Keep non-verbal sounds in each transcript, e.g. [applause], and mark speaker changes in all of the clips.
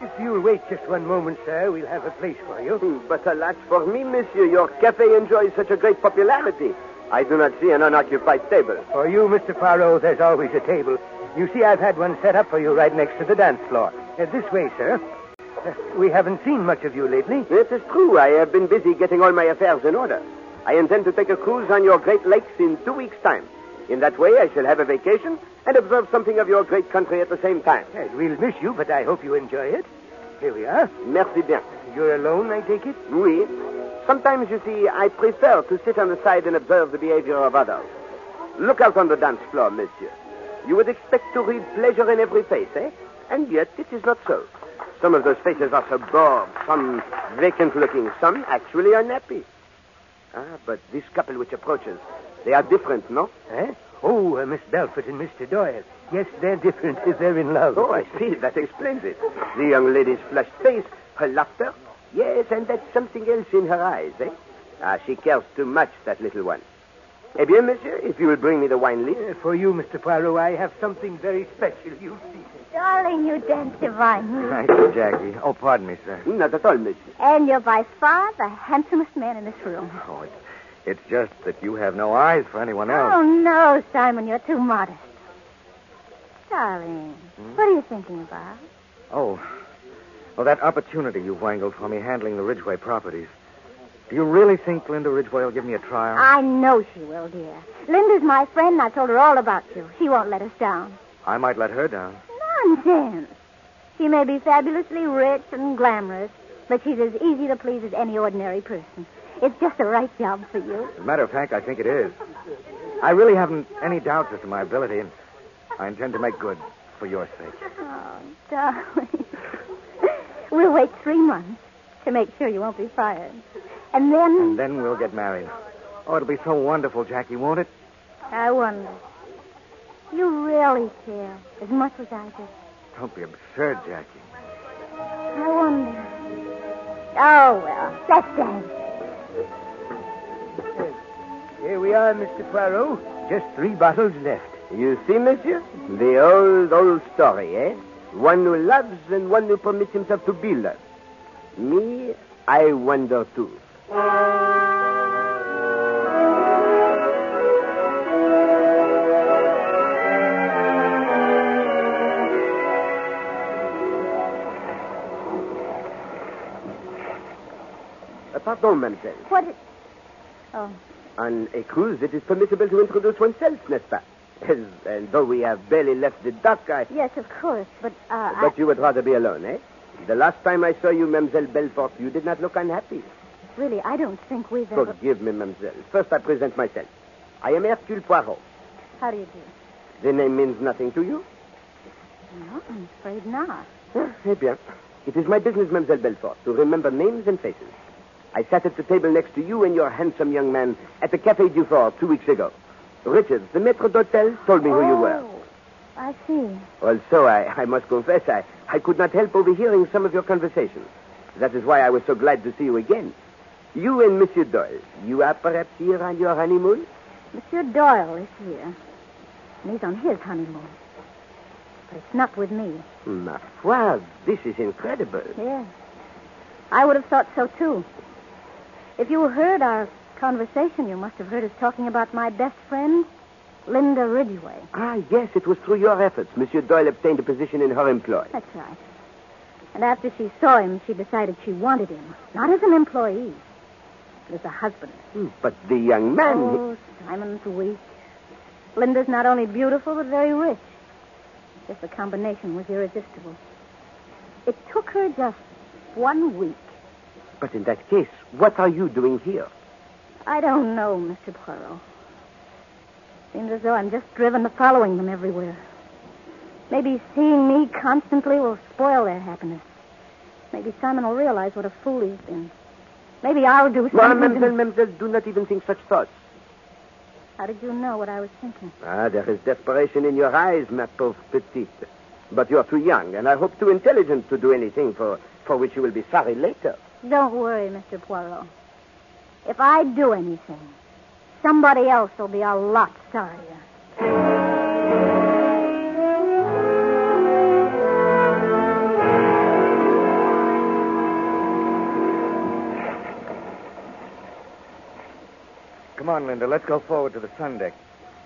Speaker 1: If you'll wait just one moment, sir, we'll have a place for you.
Speaker 2: Hmm, But alas for me, monsieur, your cafe enjoys such a great popularity. I do not see an unoccupied table.
Speaker 1: For you, Mr. Poirot, there's always a table. You see, I've had one set up for you right next to the dance floor. Uh, this way, sir. Uh, we haven't seen much of you lately.
Speaker 2: It is true, I have been busy getting all my affairs in order. I intend to take a cruise on your great lakes in two weeks' time. In that way, I shall have a vacation and observe something of your great country at the same time.
Speaker 1: Uh, we'll miss you, but I hope you enjoy it. Here we are.
Speaker 2: Merci bien.
Speaker 1: You're alone, I take it?
Speaker 2: Oui. Sometimes, you see, I prefer to sit on the side and observe the behavior of others. Look out on the dance floor, monsieur. You would expect to read pleasure in every face, eh? And yet, it is not so. Some of those faces are so bored, some vacant looking, some actually unhappy. Ah, but this couple which approaches, they are different, no?
Speaker 1: Eh? Oh, uh, Miss Belfort and Mr. Doyle. Yes, they're different. [laughs] They're in love.
Speaker 2: Oh, I see. That explains it. The young lady's flushed face, her laughter. Yes, and that's something else in her eyes, eh? Ah, she cares too much, that little one. Eh bien, monsieur, if you will bring me the wine list.
Speaker 1: Uh, for you, Mr. Poirot, I have something very special. You'll see.
Speaker 3: Darling, you dance divinely.
Speaker 4: Thank you, Jackie. Oh, pardon me, sir.
Speaker 2: Not at all, monsieur.
Speaker 3: And you're by far the handsomest man in this room.
Speaker 4: Oh, it's, it's just that you have no eyes for anyone else.
Speaker 3: Oh, no, Simon, you're too modest. Darling, what are you thinking about?
Speaker 4: Oh. Well, that opportunity you've wangled for me handling the Ridgeway properties. Do you really think Linda Ridgeway will give me a
Speaker 1: Um.
Speaker 4: trial?
Speaker 3: I know she will, dear. Linda's my friend, and I told her all about you. She won't let us down.
Speaker 4: I might let her down.
Speaker 3: Nonsense. She may be fabulously rich and glamorous, but she's as easy to please as any ordinary person. It's just the right job for you.
Speaker 4: As a matter of fact, I think it is. I really haven't any doubts as to my ability, and I intend to make good for your sake.
Speaker 3: Oh, darling. we'll wait three months to make sure you won't be fired. And
Speaker 4: And
Speaker 3: then
Speaker 4: then we'll get married. Oh, it'll be so wonderful, Jackie, won't it?
Speaker 3: I wonder. You really care as much as I do.
Speaker 4: Don't be absurd, Jackie.
Speaker 3: I wonder. Oh, well, let's dance.
Speaker 1: Here we are, Mr. Poirot. Just three bottles left.
Speaker 2: You see, monsieur? The old, old story, eh? One who loves and one who permits himself to be loved. Me, I wonder too. Uh, Pardon, mademoiselle.
Speaker 3: What is... Oh,
Speaker 2: On a cruise, it is permissible to introduce oneself, n'est-ce pas? [laughs] And, and though we have barely left the dock, I...
Speaker 3: yes, of course, but, uh, I-
Speaker 2: But you would rather be alone, eh? The last time I saw you, Mademoiselle Belfort, you did not look unhappy.
Speaker 3: really, I don't think we've ever...
Speaker 2: Forgive me, Mademoiselle. First, I present myself. I am Hercule Poirot.
Speaker 3: How do you do?
Speaker 2: The name means nothing to you?
Speaker 3: No, I'm afraid not.
Speaker 2: Ah, Eh bien. It is my business, Mademoiselle Belfort, to remember names and faces. I sat at the table next to you and your handsome young man at the Café du Fort two weeks ago. Richards, the maître d'hôtel, told me who you were.
Speaker 3: Oh, I see.
Speaker 2: Also, I, I must confess, I, I could not help overhearing some of your conversations. That is why I was so glad to see you again. You and Monsieur Doyle, you are perhaps here on your honeymoon?
Speaker 3: Monsieur Doyle is here. And he's on his honeymoon. But it's not with me.
Speaker 2: Ma foi, this is incredible.
Speaker 3: Yes. I would have thought so, too. If you heard our conversation, you must have heard us talking about my best friend, Linda Ridgeway.
Speaker 2: Ah, yes, it was through your efforts Monsieur Doyle obtained a position in her employ.
Speaker 3: That's right. And after she saw him, she decided she wanted him. Not as an employee, but as a husband.
Speaker 2: Hmm, But the young man...
Speaker 3: Oh, Simon's weak. Linda's not only beautiful, but very rich. Just the combination was irresistible. It took her just one week.
Speaker 2: But in that case, what are you doing here?
Speaker 3: I don't know, Mr. Poirot. Seems as though I'm just driven to following them everywhere. Maybe seeing me constantly will spoil their happiness. Maybe Simon will realize what a fool he's been. Maybe I'll do something.
Speaker 2: Well,
Speaker 3: to-
Speaker 2: mademoiselle, mademoiselle, do not even think such thoughts.
Speaker 3: How did you know what I was thinking?
Speaker 2: Ah, there is desperation in your eyes, ma pauvre petite. But you're too young, and I hope too intelligent to do anything for, for which you will be sorry later.
Speaker 3: Don't worry, Mr. Poirot. If I do anything, somebody else will be a lot sorrier.
Speaker 4: on, Linda. Let's go forward to the sun deck.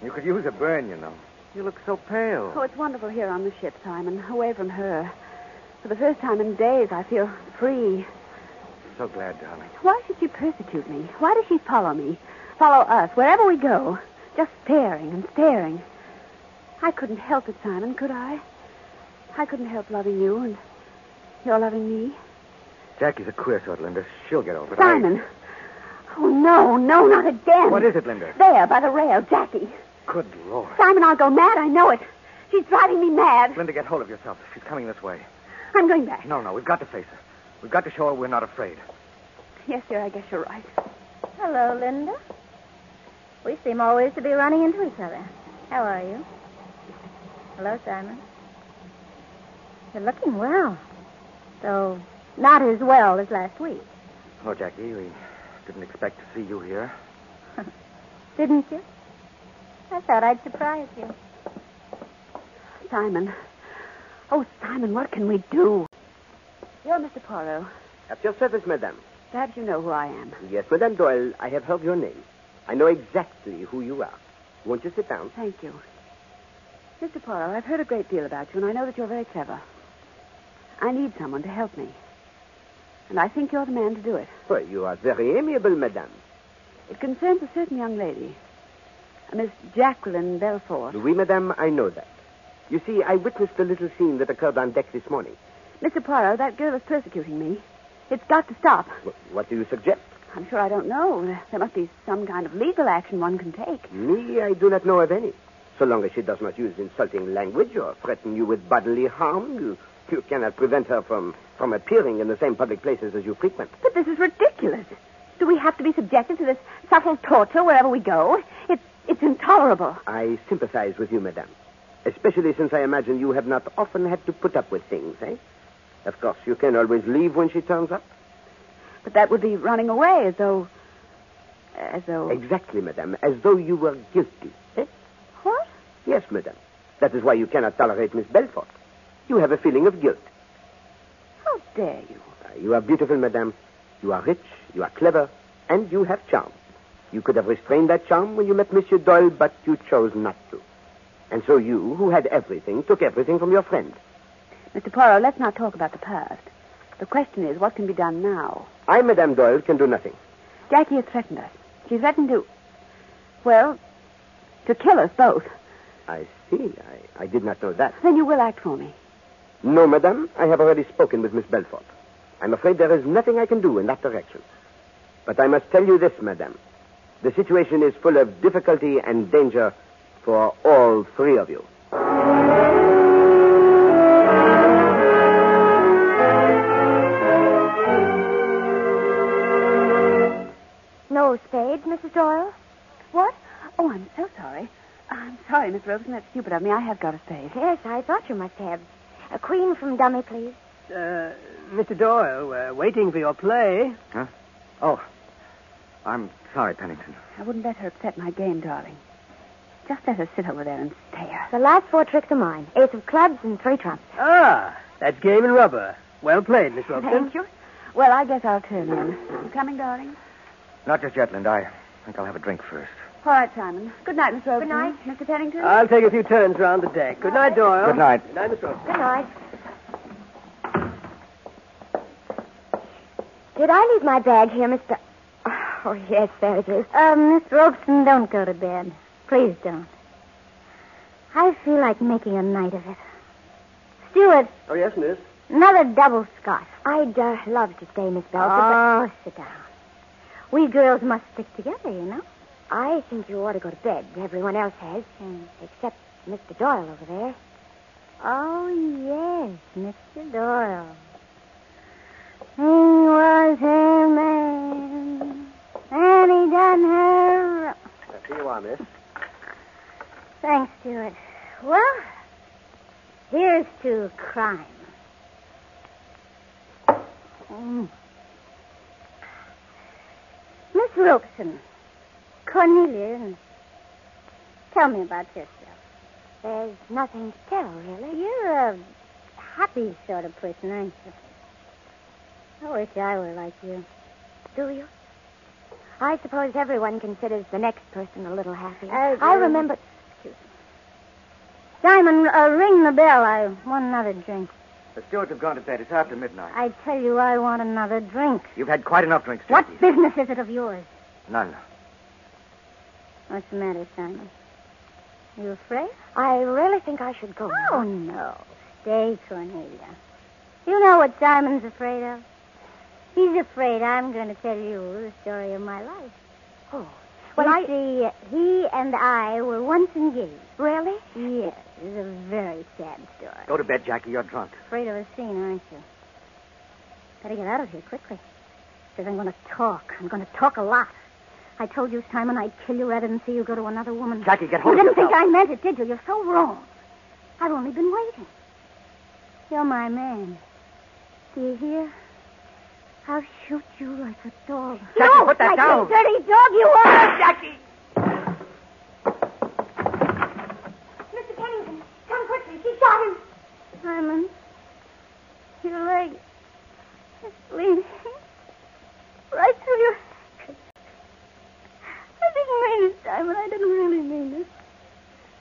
Speaker 4: You could use a burn, you know. You look so pale.
Speaker 5: Oh, it's wonderful here on the ship, Simon, away from her. For the first time in days, I feel free.
Speaker 4: So glad, darling.
Speaker 5: Why should she persecute me? Why does she follow me? Follow us, wherever we go, just staring and staring. I couldn't help it, Simon, could I? I couldn't help loving you, and you're loving me.
Speaker 4: Jackie's a queer sort, Linda. She'll get over it. I-
Speaker 5: Simon! Oh, no, no, not again.
Speaker 4: What is it, Linda?
Speaker 5: There, by the rail, Jackie.
Speaker 4: Good Lord.
Speaker 5: Simon, I'll go mad, I know it. She's driving me mad.
Speaker 4: Linda, get hold of yourself. She's coming this way.
Speaker 5: I'm going back.
Speaker 4: No, no, we've got to face her. We've got to show her we're not afraid.
Speaker 5: Yes, dear, I guess you're right.
Speaker 3: Hello, Linda. We seem always to be running into each other. How are you? Hello, Simon. You're looking well. Though not as well as last week, [laughs]
Speaker 4: Oh, Jackie, we didn't expect to see you here.
Speaker 3: didn't you? I thought I'd surprise you.
Speaker 5: Simon. Oh, Simon, what can we do? You're Mr. Poirot.
Speaker 2: At your service, madame.
Speaker 5: Perhaps you know who I am.
Speaker 2: Yes, Madame Doyle, I have heard your name. I know exactly who you are. Won't you sit down?
Speaker 5: Thank you. Mr. Poirot, I've heard a great deal about you, and I know that you're very clever. I need someone to help me. And I think you're the man to do it.
Speaker 2: Well, you are very amiable, madame.
Speaker 5: It concerns a certain young lady, a Miss Jacqueline Belfort.
Speaker 2: Oui, madame, I know that. You see, I witnessed the little scene that occurred on deck this morning.
Speaker 5: Mr. Poirot, that girl is persecuting me. It's got to stop.
Speaker 2: Wh- What do you suggest?
Speaker 5: I'm sure I don't know. There must be some kind of legal action one can take.
Speaker 2: Me, I do not know of any. So long as she does not use insulting language or threaten you with bodily harm, you, you cannot prevent her from, from appearing in the same public places as you frequent.
Speaker 5: But this is ridiculous. Do we have to be subjected to this subtle torture wherever we go? It's, it's intolerable.
Speaker 2: I sympathize with you, madame. Especially since I imagine you have not often had to put up with things, eh? Of course, you can always leave when she turns up.
Speaker 5: But that would be running away as though. As though.
Speaker 2: Exactly, madame, as though you were guilty, eh?
Speaker 5: What?
Speaker 2: Yes, madame. That is why you cannot tolerate Miss Belfort. You have a feeling of guilt.
Speaker 5: How dare you?
Speaker 2: Uh, You are beautiful, madame. You are rich, you are clever, and you have charm. You could have restrained that charm when you met Monsieur Doyle, but you chose not to. And so you, who had everything, took everything from your friend.
Speaker 5: Mr. Poirot, let's not talk about the past. The question is, what can be done now?
Speaker 2: I, Madame Doyle, can do nothing.
Speaker 5: Jackie has threatened us. She threatened to. Well, to kill us both.
Speaker 2: I see. I, I did not know that.
Speaker 5: Then you will act for me.
Speaker 2: No, madame. I have already spoken with Miss Belfort. I'm afraid there is nothing I can do in that direction. But I must tell you this, madame. The situation is full of difficulty and danger for all three of you.
Speaker 3: No spades, Mrs. Doyle?
Speaker 5: What? Oh, I'm so sorry. I'm sorry, Miss Robeson. That's stupid of me. I have got a spade.
Speaker 3: Yes, I thought you must have. A queen from dummy, please.
Speaker 1: Uh, Mr. Doyle, we're waiting for your play.
Speaker 4: Oh, I'm sorry, Pennington.
Speaker 5: I wouldn't let her upset my game, darling. Just let her sit over there and stare.
Speaker 3: The last four tricks are mine. Ace of clubs and three trumps.
Speaker 1: Ah, that's game and rubber. Well played, Miss Robson.
Speaker 5: Thank you. Well, I guess I'll turn in. You coming, darling?
Speaker 4: Not just yet, Linda. I think I'll have a drink first.
Speaker 5: All right, Simon. Good night, Miss Robeson.
Speaker 3: Good night.
Speaker 5: Mr. Pennington.
Speaker 6: Uh,
Speaker 1: I'll take a few turns round the deck. Good night,
Speaker 3: Oh.
Speaker 1: Doyle.
Speaker 4: Good night.
Speaker 1: Good night, Miss Robson.
Speaker 3: Good night. Did I leave my bag here, Mr.
Speaker 7: [sighs]
Speaker 3: Oh, yes, there it is. Um, Miss Robeson, don't go to bed. Please don't. I feel like making a night of it. Stuart,
Speaker 2: Oh, yes, miss.
Speaker 3: another double scotch. I'd uh, love to stay, Miss Belford. but- Oh, sit down. We girls must stick together, you know.
Speaker 7: I think you ought to go to bed. Everyone else has, except Mr. Doyle over there.
Speaker 3: Oh, yes, Mr. Doyle. He was her man, and he done her.
Speaker 2: Here you are, miss.
Speaker 3: Thanks, Stuart. Well, here's to crime. Mm. Miss Robeson, Cornelia, and tell me about yourself.
Speaker 7: There's nothing to tell, really.
Speaker 3: You're a happy sort of person, aren't you? I wish I were like you.
Speaker 7: Do you? I suppose everyone considers the next person a little happier.
Speaker 3: Uh,
Speaker 7: I
Speaker 3: Diamond-
Speaker 7: remember.
Speaker 3: Diamond, uh, ring the bell. I want another drink.
Speaker 4: The stewards have gone to bed. It's after midnight.
Speaker 3: I tell you, I want another drink.
Speaker 4: You've had quite enough drinks,
Speaker 3: What
Speaker 4: Jackie.
Speaker 3: business is it of yours?
Speaker 4: None.
Speaker 3: What's the matter, Simon? You afraid?
Speaker 7: I really think I should go.
Speaker 3: Oh, no. Stay, Cornelia. You know what Simon's afraid of? He's afraid I'm going to tell you the story of my life.
Speaker 7: Oh.
Speaker 3: Well,
Speaker 7: Well,
Speaker 3: you
Speaker 7: I-
Speaker 3: see, he and I were once engaged.
Speaker 7: Really?
Speaker 3: Yes, it's a very sad story.
Speaker 4: Go to bed, Jackie. You're drunk.
Speaker 3: Afraid of a scene, aren't you? Better get out of here quickly. Because I'm going to talk. I'm going to talk a lot. I told you, Simon, I'd kill you rather than see you go to another woman.
Speaker 4: Jackie, get
Speaker 3: You
Speaker 4: hold
Speaker 3: didn't
Speaker 4: of yourself.
Speaker 3: think I meant it, did you? You're so wrong. I've only been waiting. You're my man. Do you hear? I'll shoot you like a dog.
Speaker 4: Jackie,
Speaker 3: no,
Speaker 4: put that
Speaker 3: like
Speaker 4: down. Ah,
Speaker 3: a dirty dog you are.
Speaker 7: Mr. Pennington, come quickly. She shot him.
Speaker 3: Simon, your leg is bleeding right through your... I didn't mean it, Simon. I didn't really mean it.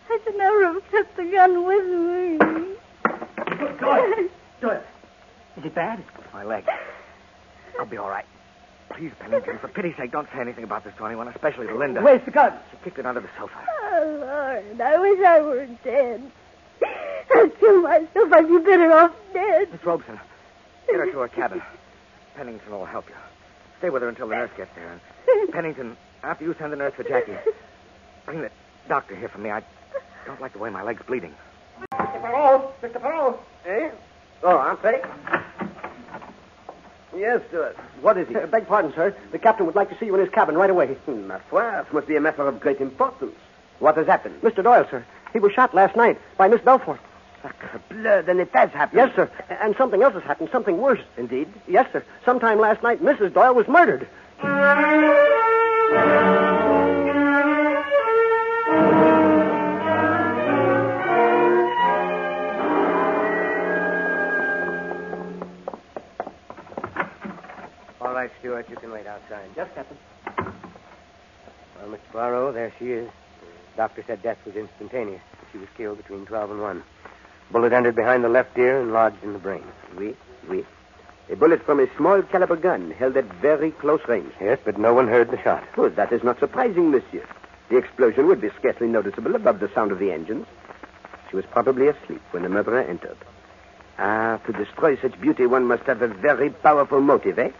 Speaker 3: I should never have took the gun with me.
Speaker 4: Doyle! Doyle! Is it bad? My leg. I'll be all right. Please, Pennington, for pity's sake, don't say anything about this to anyone, especially to Linda.
Speaker 1: Where's the gun?
Speaker 4: She kicked it under the sofa.
Speaker 3: Oh, Lord, I wish I were dead. I'll kill myself. I'd be better off dead.
Speaker 4: Miss Robeson, get her to her cabin. Pennington will help you. Stay with her until the nurse gets there. Pennington, after you send the nurse for Jackie, bring the doctor here for me. I don't like the way my leg's bleeding.
Speaker 2: Mr. Perrault, Mr. Perrault. Eh? Oh, I'm sorry. Yes, Stuart. What is it? Uh, beg pardon, sir. The captain would like to see you in his cabin right away. Ma foi, this must be a matter of great importance. What has happened? Mr. Doyle, sir. He was shot last night by Miss Belfort. Bleu, then it has happened. Yes, sir. And something else has happened, something worse. Indeed? Yes, sir. Sometime last night, Mrs. Doyle was murdered.
Speaker 1: All right, Stuart, you can wait outside. Yes, Captain. Well, Miss Poirot, there she is. Doctor said death was instantaneous. She was killed between 12 and 1. Bullet entered behind the left ear and lodged in the brain.
Speaker 2: Oui, oui. A bullet from a small caliber gun held at very close range.
Speaker 1: Yes, but no one heard the shot.
Speaker 2: Well, that is not surprising, monsieur. The explosion would be scarcely noticeable above the sound of the engines. She was probably asleep when the murderer entered. Ah, to destroy such beauty, one must have a very powerful motive, eh?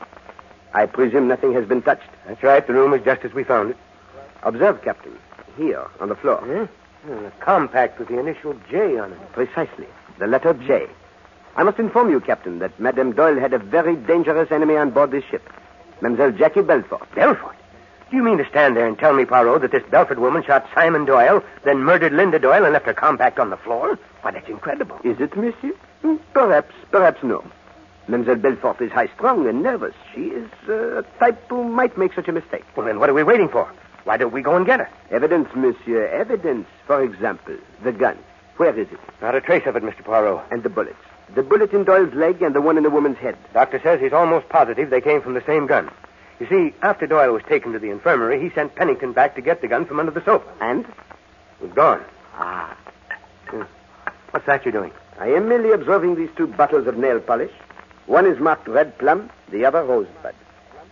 Speaker 2: I presume nothing has been touched.
Speaker 1: That's right. The room is just as we found it.
Speaker 2: Observe, Captain. Here, on the floor.
Speaker 1: And a Uh, compact with the initial J on it.
Speaker 2: Precisely. The letter J. I must inform you, Captain, that Madame Doyle had a very dangerous enemy on board this ship. Mademoiselle Jackie Belfort.
Speaker 1: Belfort? Do you mean to stand there and tell me, Poirot, that this Belfort woman shot Simon Doyle, then murdered Linda Doyle and left her compact on the floor? Why, that's incredible.
Speaker 2: Is it, monsieur? Hmm, Perhaps, perhaps no. Mademoiselle Belfort is high strung and nervous. She is uh, a type who might make such a mistake.
Speaker 1: Well, then what are we waiting for? Why don't we go and get her?
Speaker 2: Evidence, monsieur, evidence. For example, the gun. Where is it?
Speaker 1: Not a trace of it, Mr. Poirot.
Speaker 2: And the bullets. The bullet in Doyle's leg and the one in the woman's head.
Speaker 1: Doctor says he's almost positive they came from the same gun. You see, after Doyle was taken to the infirmary, he sent Pennington back to get the gun from under the sofa.
Speaker 2: And?
Speaker 1: It was gone.
Speaker 2: Ah.
Speaker 1: What's that you're doing?
Speaker 2: I am merely observing these two bottles of nail polish. One is marked red plum, the other rosebud.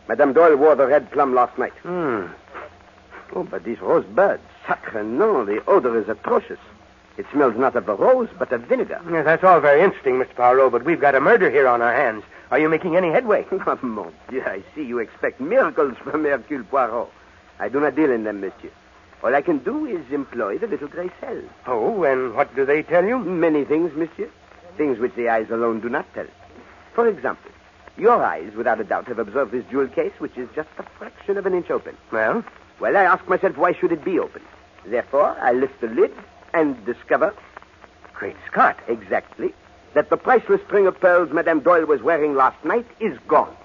Speaker 2: Madame Doyle wore the red plum last night.
Speaker 1: Hmm.
Speaker 2: Oh, but these rosebuds, sacre nom, the odor is atrocious. It smells not of a rose, but of [laughs] vinegar.
Speaker 1: Yes, that's all very interesting, Mr. Poirot, but we've got a murder here on our hands. Are you making any headway?
Speaker 2: Ah, Mon Dieu, I see you expect miracles from Hercule Poirot. I do not deal in them, monsieur. All I can do is employ the little gray cell.
Speaker 1: Oh, and what do they tell you?
Speaker 2: Many things, monsieur. Things which the eyes alone do not tell. For example, your eyes, without a doubt, have observed this jewel case, which is just a fraction of an inch open.
Speaker 1: Well,
Speaker 2: Well, I ask myself, why should it be open? Therefore, I lift the lid and discover
Speaker 1: great Scott.
Speaker 2: exactly that the priceless string of pearls Madame Doyle was wearing last night is gone.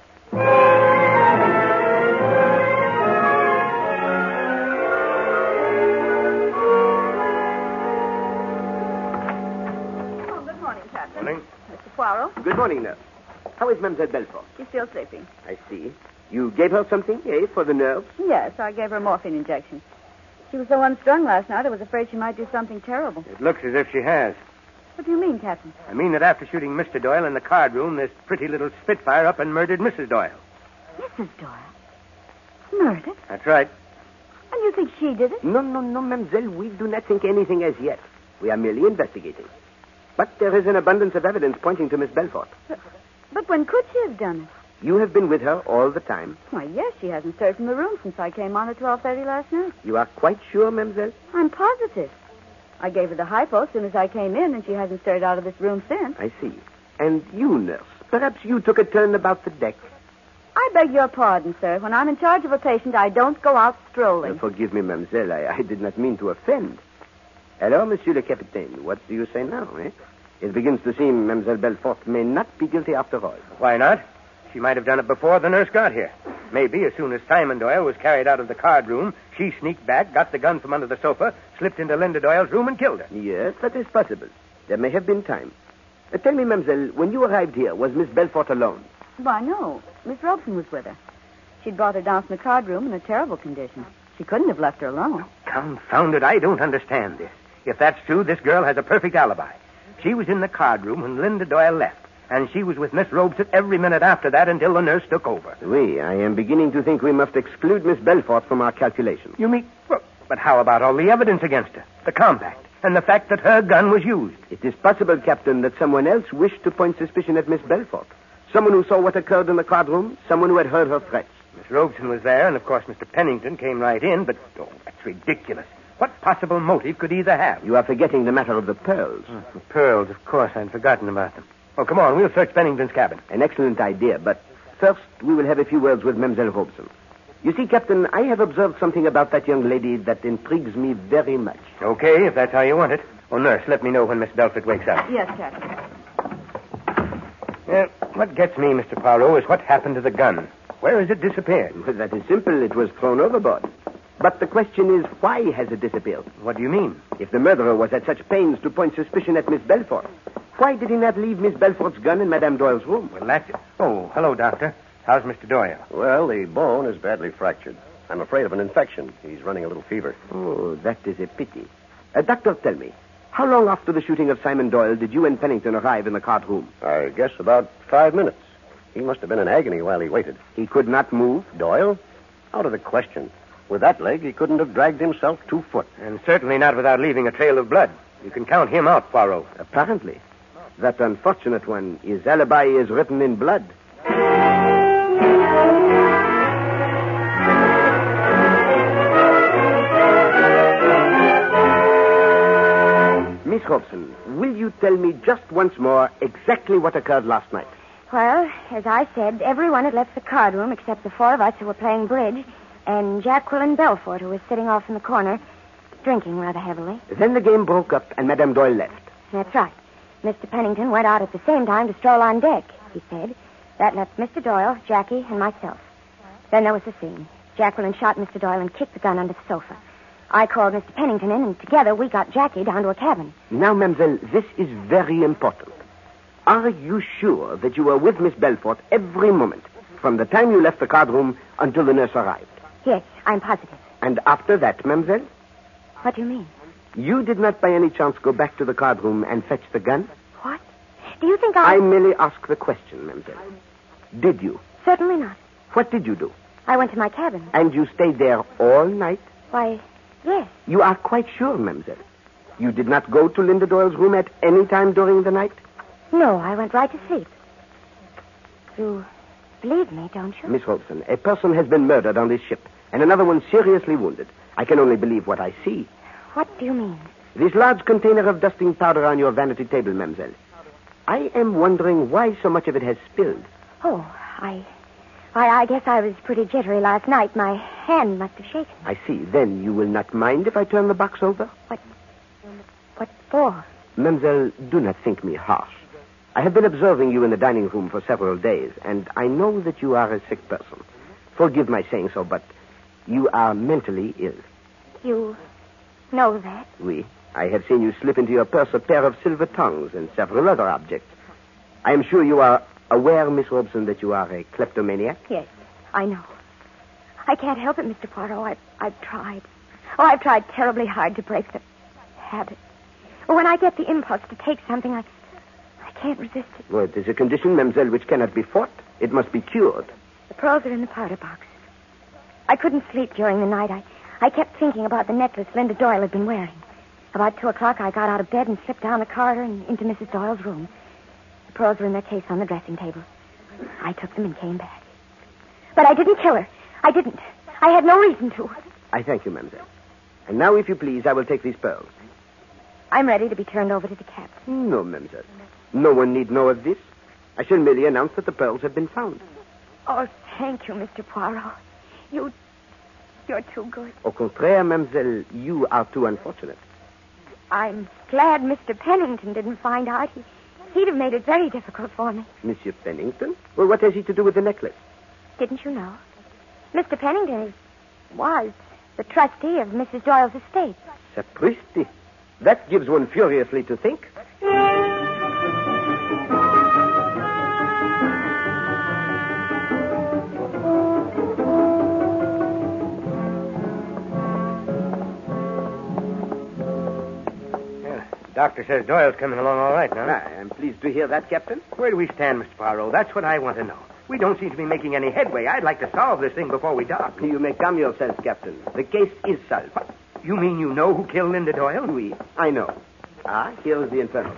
Speaker 6: Oh, good morning, Captain.
Speaker 1: Morning.
Speaker 6: Mr. Poirot,
Speaker 2: Good morning, nurse. How is Mademoiselle Belfort?
Speaker 6: she's still sleeping.
Speaker 2: I see. You gave her something, eh, for the nerves?
Speaker 6: Yes, I gave her a morphine injection. She was so unstrung last night, I was afraid she might do something terrible.
Speaker 1: It looks as if she has.
Speaker 6: What do you mean, Captain?
Speaker 1: I mean that after shooting Mr. Doyle in the card room, this pretty little Spitfire up and murdered Mrs. Doyle.
Speaker 6: Mrs. Doyle. Murdered?
Speaker 1: That's right.
Speaker 6: And you think she did it?
Speaker 2: No, no, no, mademoiselle, we do not think anything as yet. We are merely investigating. But there is an abundance of evidence pointing to Miss Belfort.
Speaker 6: But when could she have done it?
Speaker 2: You have been with her all the time.
Speaker 6: Why, yes, she hasn't stirred from the room since I came on at 12.30 last night.
Speaker 2: You are quite sure, mademoiselle?
Speaker 6: I'm positive. I gave her the hypo as soon as I came in, and she hasn't stirred out of this room since.
Speaker 2: I see. And you, nurse, perhaps you took a turn about the deck.
Speaker 6: I beg your pardon, sir. When I'm in charge of a patient, I don't go out
Speaker 2: Uh,
Speaker 6: strolling.
Speaker 2: forgive me, mademoiselle, I, I did not mean to offend. Hello, monsieur le capitaine. What do you say now, eh? It begins to seem mademoiselle Belfort may not be guilty after all.
Speaker 1: Why not? She might have done it before the nurse got here. Maybe as soon as Simon Doyle was carried out of the card room, she sneaked back, got the gun from under the sofa, slipped into Linda Doyle's room, and killed her.
Speaker 2: Yes, that is possible. There may have been time. Uh, tell me, mademoiselle, when you arrived here, was Miss Belfort alone?
Speaker 6: Why, no. Miss Robson was with her. She'd brought her down from the card room in a terrible condition. She couldn't have left her alone.
Speaker 1: Confound it, I don't understand this. If that's true, this girl has a perfect alibi. She was in the card room when Linda Doyle left, and she was with Miss Robeson every minute after that until the nurse took over.
Speaker 2: Oui, I am beginning to think we must exclude Miss Belfort from our calculations.
Speaker 1: You mean? Well, but how about all the evidence against her? The compact, and the fact that her gun was used?
Speaker 2: It is possible, Captain, that someone else wished to point suspicion at Miss Belfort. Someone who saw what occurred in the card room, someone who had heard her threats.
Speaker 1: Miss Robeson was there, and of course Mr. Pennington came right in, but oh, that's ridiculous. What possible motive could either have?
Speaker 2: You are forgetting the matter of the pearls.
Speaker 1: Hmm, The pearls, of course. I'd forgotten about them. Oh, come on. We'll search Pennington's cabin.
Speaker 2: An excellent idea, but first we will have a few words with Mademoiselle Robson. You see, Captain, I have observed something about that young lady that intrigues me very much.
Speaker 1: Okay, if that's how you want it. Oh, nurse, let me know when Miss Belfort wakes up.
Speaker 6: Yes, Captain.
Speaker 1: Well, what gets me, Mr. Poirot, is what happened to the gun. Where has it disappeared?
Speaker 2: Well, that is simple. It was thrown overboard. But the question is, why has it disappeared?
Speaker 1: What do you mean?
Speaker 2: If the murderer was at such pains to point suspicion at Miss Belfort, why did he not leave Miss Belfort's gun in Madame Doyle's room?
Speaker 1: Well, that's it. Oh, hello, Doctor. How's Mr. Doyle?
Speaker 8: Well, the bone is badly fractured. I'm afraid of an infection. He's running a little fever.
Speaker 2: Oh, that is a pity. Uh, doctor, tell me, how long after the shooting of Simon Doyle did you and Pennington arrive in the card room?
Speaker 8: I guess about five minutes. He must have been in agony while he waited.
Speaker 2: He could not move.
Speaker 8: Doyle? Out of the question. With that leg, he couldn't have dragged himself two foot.
Speaker 1: And certainly not without leaving a trail of blood. You can count him out, Poirot.
Speaker 2: Apparently. That unfortunate one, his alibi is written in blood. Miss Hobson, will you tell me just once more exactly what occurred last night?
Speaker 7: Well, as I said, everyone had left the card room except the four of us who were playing bridge and Jacqueline Belfort, who was sitting off in the corner, drinking rather heavily.
Speaker 2: Then the game broke up and Madame Doyle left.
Speaker 7: That's right. Mr. Pennington went out at the same time to stroll on deck, he said. That left Mr. Doyle, Jackie, and myself. Then there was the scene. Jacqueline shot Mr. Doyle and kicked the gun under the sofa. I called Mr. Pennington in, and together we got Jackie down to a cabin.
Speaker 2: Now, mademoiselle, this is very important. Are you sure that you were with Miss Belfort every moment from the time you left the card room until the nurse arrived?
Speaker 7: Yes, I'm positive.
Speaker 2: And after that, mademoiselle,
Speaker 7: What do you mean?
Speaker 2: you did not by any chance go back to the card room and fetch the gun?
Speaker 7: What? Do you think
Speaker 2: I
Speaker 7: I...
Speaker 2: merely ask the question, mademoiselle. Did you?
Speaker 7: Certainly not.
Speaker 2: What did you do?
Speaker 7: I went to my cabin.
Speaker 2: And you stayed there all night?
Speaker 7: Why, yes.
Speaker 2: You are quite sure, mademoiselle. You did not go to Linda Doyle's room at any time during the night?
Speaker 7: No, I went right to sleep. You believe me, don't you?
Speaker 2: Miss Wilson, a person has been murdered on this ship, and another one seriously wounded. I can only believe what I see.
Speaker 7: What do you mean?
Speaker 2: This large container of dusting powder on your vanity table, mademoiselle. I am wondering why so much of it has spilled.
Speaker 7: Oh, I, I, I guess I was pretty jittery last night. My hand must have shaken.
Speaker 2: I see. Then you will not mind if I turn the box over?
Speaker 7: What for?
Speaker 2: Mademoiselle, do not think me harsh. I have been observing you in the dining room for several days, and I know that you are a sick person. Forgive my saying so, but you are mentally ill.
Speaker 7: You know that.
Speaker 2: Oui. I have seen you slip into your purse a pair of silver tongues and several other objects. I am sure you are aware, Miss Robson, that you are a kleptomaniac.
Speaker 7: Yes, I know. I can't help it, Mr. Poirot. I've, I've tried. Oh, I've tried terribly hard to break the habit. When I get the impulse to take something, I, I can't resist it.
Speaker 2: Well, it is a condition, mademoiselle, which cannot be fought. It must be cured.
Speaker 7: The pearls are in the powder box. I couldn't sleep during the night. I, I kept thinking about the necklace Linda Doyle had been wearing. About two o'clock, I got out of bed and slipped down the corridor and into Mrs. Doyle's room. The pearls were in their case on the dressing table. I took them and came back. But I didn't kill her. I didn't. I had no reason to.
Speaker 2: I thank you, mademoiselle. And now, if you please, I will take these pearls.
Speaker 7: I'm ready to be turned over to the captain.
Speaker 2: No, mademoiselle. No one need know of this. I shall merely announce that the pearls have been found.
Speaker 7: Oh, thank you, Mr. Poirot. You, you're too good.
Speaker 2: Au contraire, mademoiselle, you are too unfortunate.
Speaker 7: I'm glad Mr. Pennington didn't find out. He, he'd have made it very difficult for me.
Speaker 2: Monsieur Pennington? Well, what has he to do with the necklace?
Speaker 7: Didn't you know? Mr. Pennington was the trustee of Mrs. Doyle's estate.
Speaker 2: Sapristi. That gives one furiously to think.
Speaker 1: Yeah. Doctor says Doyle's coming along all right now.
Speaker 2: Ah, I am pleased to hear that, Captain.
Speaker 1: Where do we stand, Mr. Poirot? That's what I want to know. We don't seem to be making any headway. I'd like to solve this thing before we dock.
Speaker 2: You may calm yourself, Captain. The case is solved.
Speaker 1: You mean you know who killed Linda Doyle?
Speaker 2: We, I know. Ah, here is the infernal.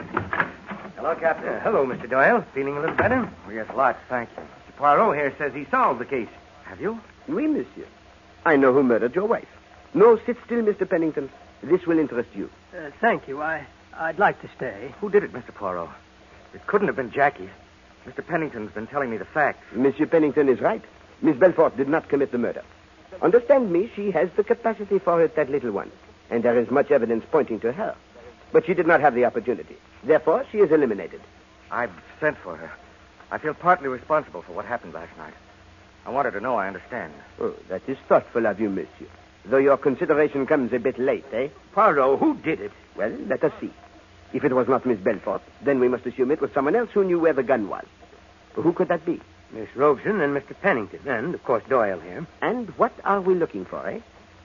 Speaker 1: Hello, Captain. Uh, hello, Mr. Doyle. Feeling a little better?
Speaker 4: Yes, lots, thank you.
Speaker 1: Mr. Poirot here says he solved the case.
Speaker 4: Have you?
Speaker 2: Oui, monsieur. I know who murdered your wife. No, sit still, Mr. Pennington. This will interest you.
Speaker 9: Uh, thank you. I, I'd like to stay.
Speaker 4: Who did it, Mr. Poirot? It couldn't have been Jackie. Mr. Pennington's been telling me the facts.
Speaker 2: Monsieur Pennington is right. Miss Belfort did not commit the murder. Understand me, she has the capacity for it, that little one. And there is much evidence pointing to her. But she did not have the opportunity. Therefore, she is eliminated.
Speaker 4: I've sent for her. I feel partly responsible for what happened last night. I want her to know I understand.
Speaker 2: Oh, that is thoughtful of you, monsieur. Though your consideration comes a bit late, eh?
Speaker 1: Poirot, who did it?
Speaker 2: Well, let us see. If it was not Miss Belfort, then we must assume it was someone else who knew where the gun was. Who could that be?
Speaker 1: Miss Robeson and Mr. Pennington, and, of course, Doyle here.
Speaker 2: And what are we looking for, eh?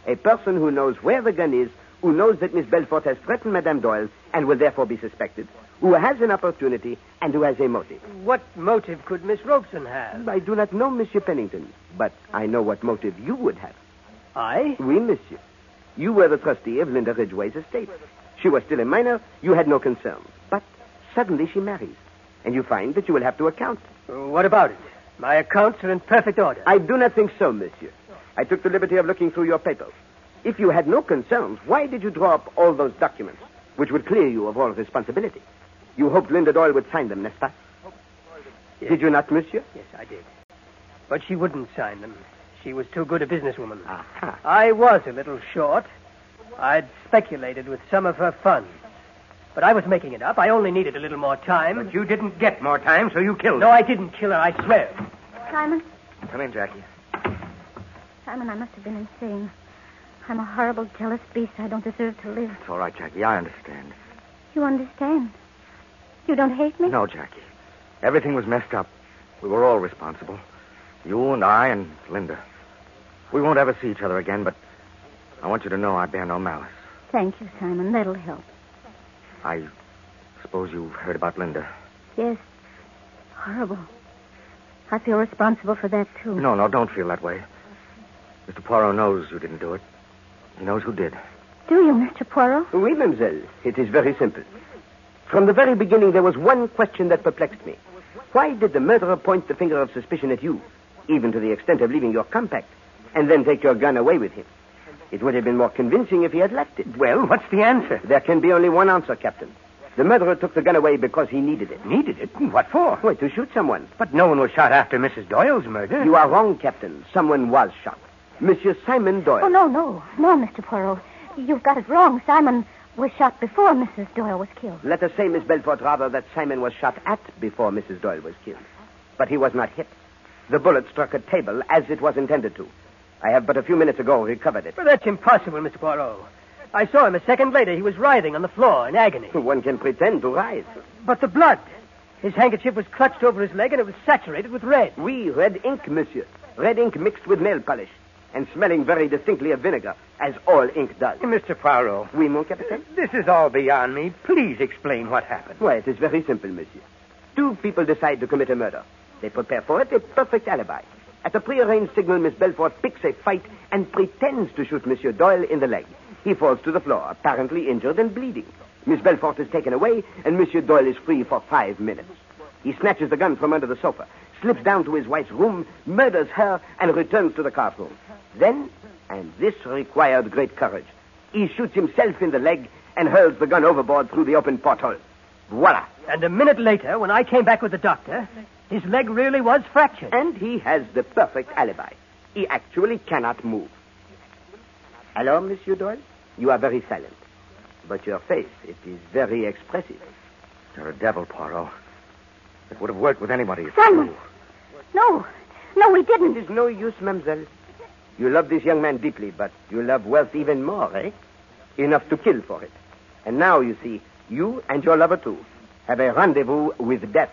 Speaker 2: A person who knows where the gun is, who knows that Miss Belfort has threatened Madame Doyle and will therefore be suspected, who has an opportunity, and who has a motive.
Speaker 9: What motive could Miss Robeson have?
Speaker 2: I do not know, Monsieur Pennington, but I know what motive you would have.
Speaker 9: I?
Speaker 2: Oui, monsieur. You were the trustee of Linda Ridgway's estate. She was still a minor. You had no concern. But suddenly she marries, and you find that you will have to account.
Speaker 9: Uh, What about it? My accounts are in perfect order.
Speaker 2: I do not think so, monsieur. I took the liberty of looking through your papers. If you had no concerns, why did you draw up all those documents, which would clear you of all responsibility? You hoped Linda Doyle would sign them, n'est-ce pas?
Speaker 9: Yes.
Speaker 2: Did you not, monsieur?
Speaker 9: Yes, I did. But she wouldn't sign them. She was too good a businesswoman.
Speaker 2: Aha.
Speaker 9: I was a little short. I'd speculated with some of her funds. But I was making it up. I only needed a little more time.
Speaker 1: But you didn't get more time, so you killed
Speaker 9: No,
Speaker 1: her.
Speaker 9: I didn't kill her, I swear.
Speaker 3: Simon,
Speaker 4: Come in, Jackie.
Speaker 3: Simon, I must have been insane. I'm a horrible, jealous beast. I don't deserve to live.
Speaker 4: It's all right, Jackie. I understand.
Speaker 3: You understand? You don't hate me?
Speaker 4: No, Jackie. Everything was messed up. We were all responsible. You and I and Linda. We won't ever see each other again, but I want you to know I bear no malice.
Speaker 3: Thank you, Simon. That'll help.
Speaker 4: I suppose you've heard about Linda.
Speaker 3: Yes. Horrible. I feel responsible for that, too.
Speaker 4: No, no, don't feel that way. Mr. Poirot knows you didn't do it. He knows who did.
Speaker 3: Do you, Mr. Poirot?
Speaker 2: Oui, mademoiselle. It is very simple. From the very beginning, there was one question that perplexed me. Why did the murderer point the finger of suspicion at you, even to the extent of leaving your compact, and then take your gun away with him? It would have been more convincing if he had left it.
Speaker 1: Well, what's the answer?
Speaker 2: There can be only one answer, Captain. The murderer took the gun away because he needed it.
Speaker 1: Needed it? What for?
Speaker 2: Why, to shoot someone.
Speaker 1: But no one was shot after Mrs. Doyle's murder.
Speaker 2: You are wrong, Captain. Someone was shot. Monsieur Simon Doyle.
Speaker 3: Oh, no, no. No, Mr. Poirot. You've got it wrong. Simon was shot before Mrs. Doyle was killed.
Speaker 2: Let us say, Miss Belfort, rather, that Simon was shot at before Mrs. Doyle was killed. But he was not hit. The bullet struck a table as it was intended to. I have but a few minutes ago recovered it.
Speaker 9: But that's impossible, Mr. Poirot. I saw him a second later. He was writhing on the floor in agony.
Speaker 2: One can pretend to rise.
Speaker 9: But the blood. His handkerchief was clutched over his leg and it was saturated with red.
Speaker 2: We red ink, monsieur. Red ink mixed with nail polish. And smelling very distinctly of vinegar, as all ink does.
Speaker 1: Mr. Poirot,
Speaker 2: Oui, mon capitaine?
Speaker 1: this is all beyond me. Please explain what happened.
Speaker 2: Why, it is very simple, monsieur. Two people decide to commit a murder. They prepare for it a perfect alibi. At a prearranged signal, Miss Belfort picks a fight and pretends to shoot Monsieur Doyle in the leg. He falls to the floor, apparently injured and bleeding. Miss Belfort is taken away, and Monsieur Doyle is free for five minutes. He snatches the gun from under the sofa, slips down to his wife's room, murders her, and returns to the card room. Then, and this required great courage, he shoots himself in the leg and hurls the gun overboard through the open porthole. Voila!
Speaker 9: And a minute later, when I came back with the doctor, his leg really was fractured.
Speaker 2: And he has the perfect alibi. He actually cannot move. Hello, Monsieur Doyle. You are very silent. But your face, it is very expressive.
Speaker 4: You're a devil, Poirot. It would have worked with anybody. It's
Speaker 3: Simon.
Speaker 4: true.
Speaker 3: No. No, we didn't.
Speaker 2: It is no use, mademoiselle. You love this young man deeply, but you love wealth even more, eh? Enough to kill for it. And now, you see, you and your lover, too, have a rendezvous with death.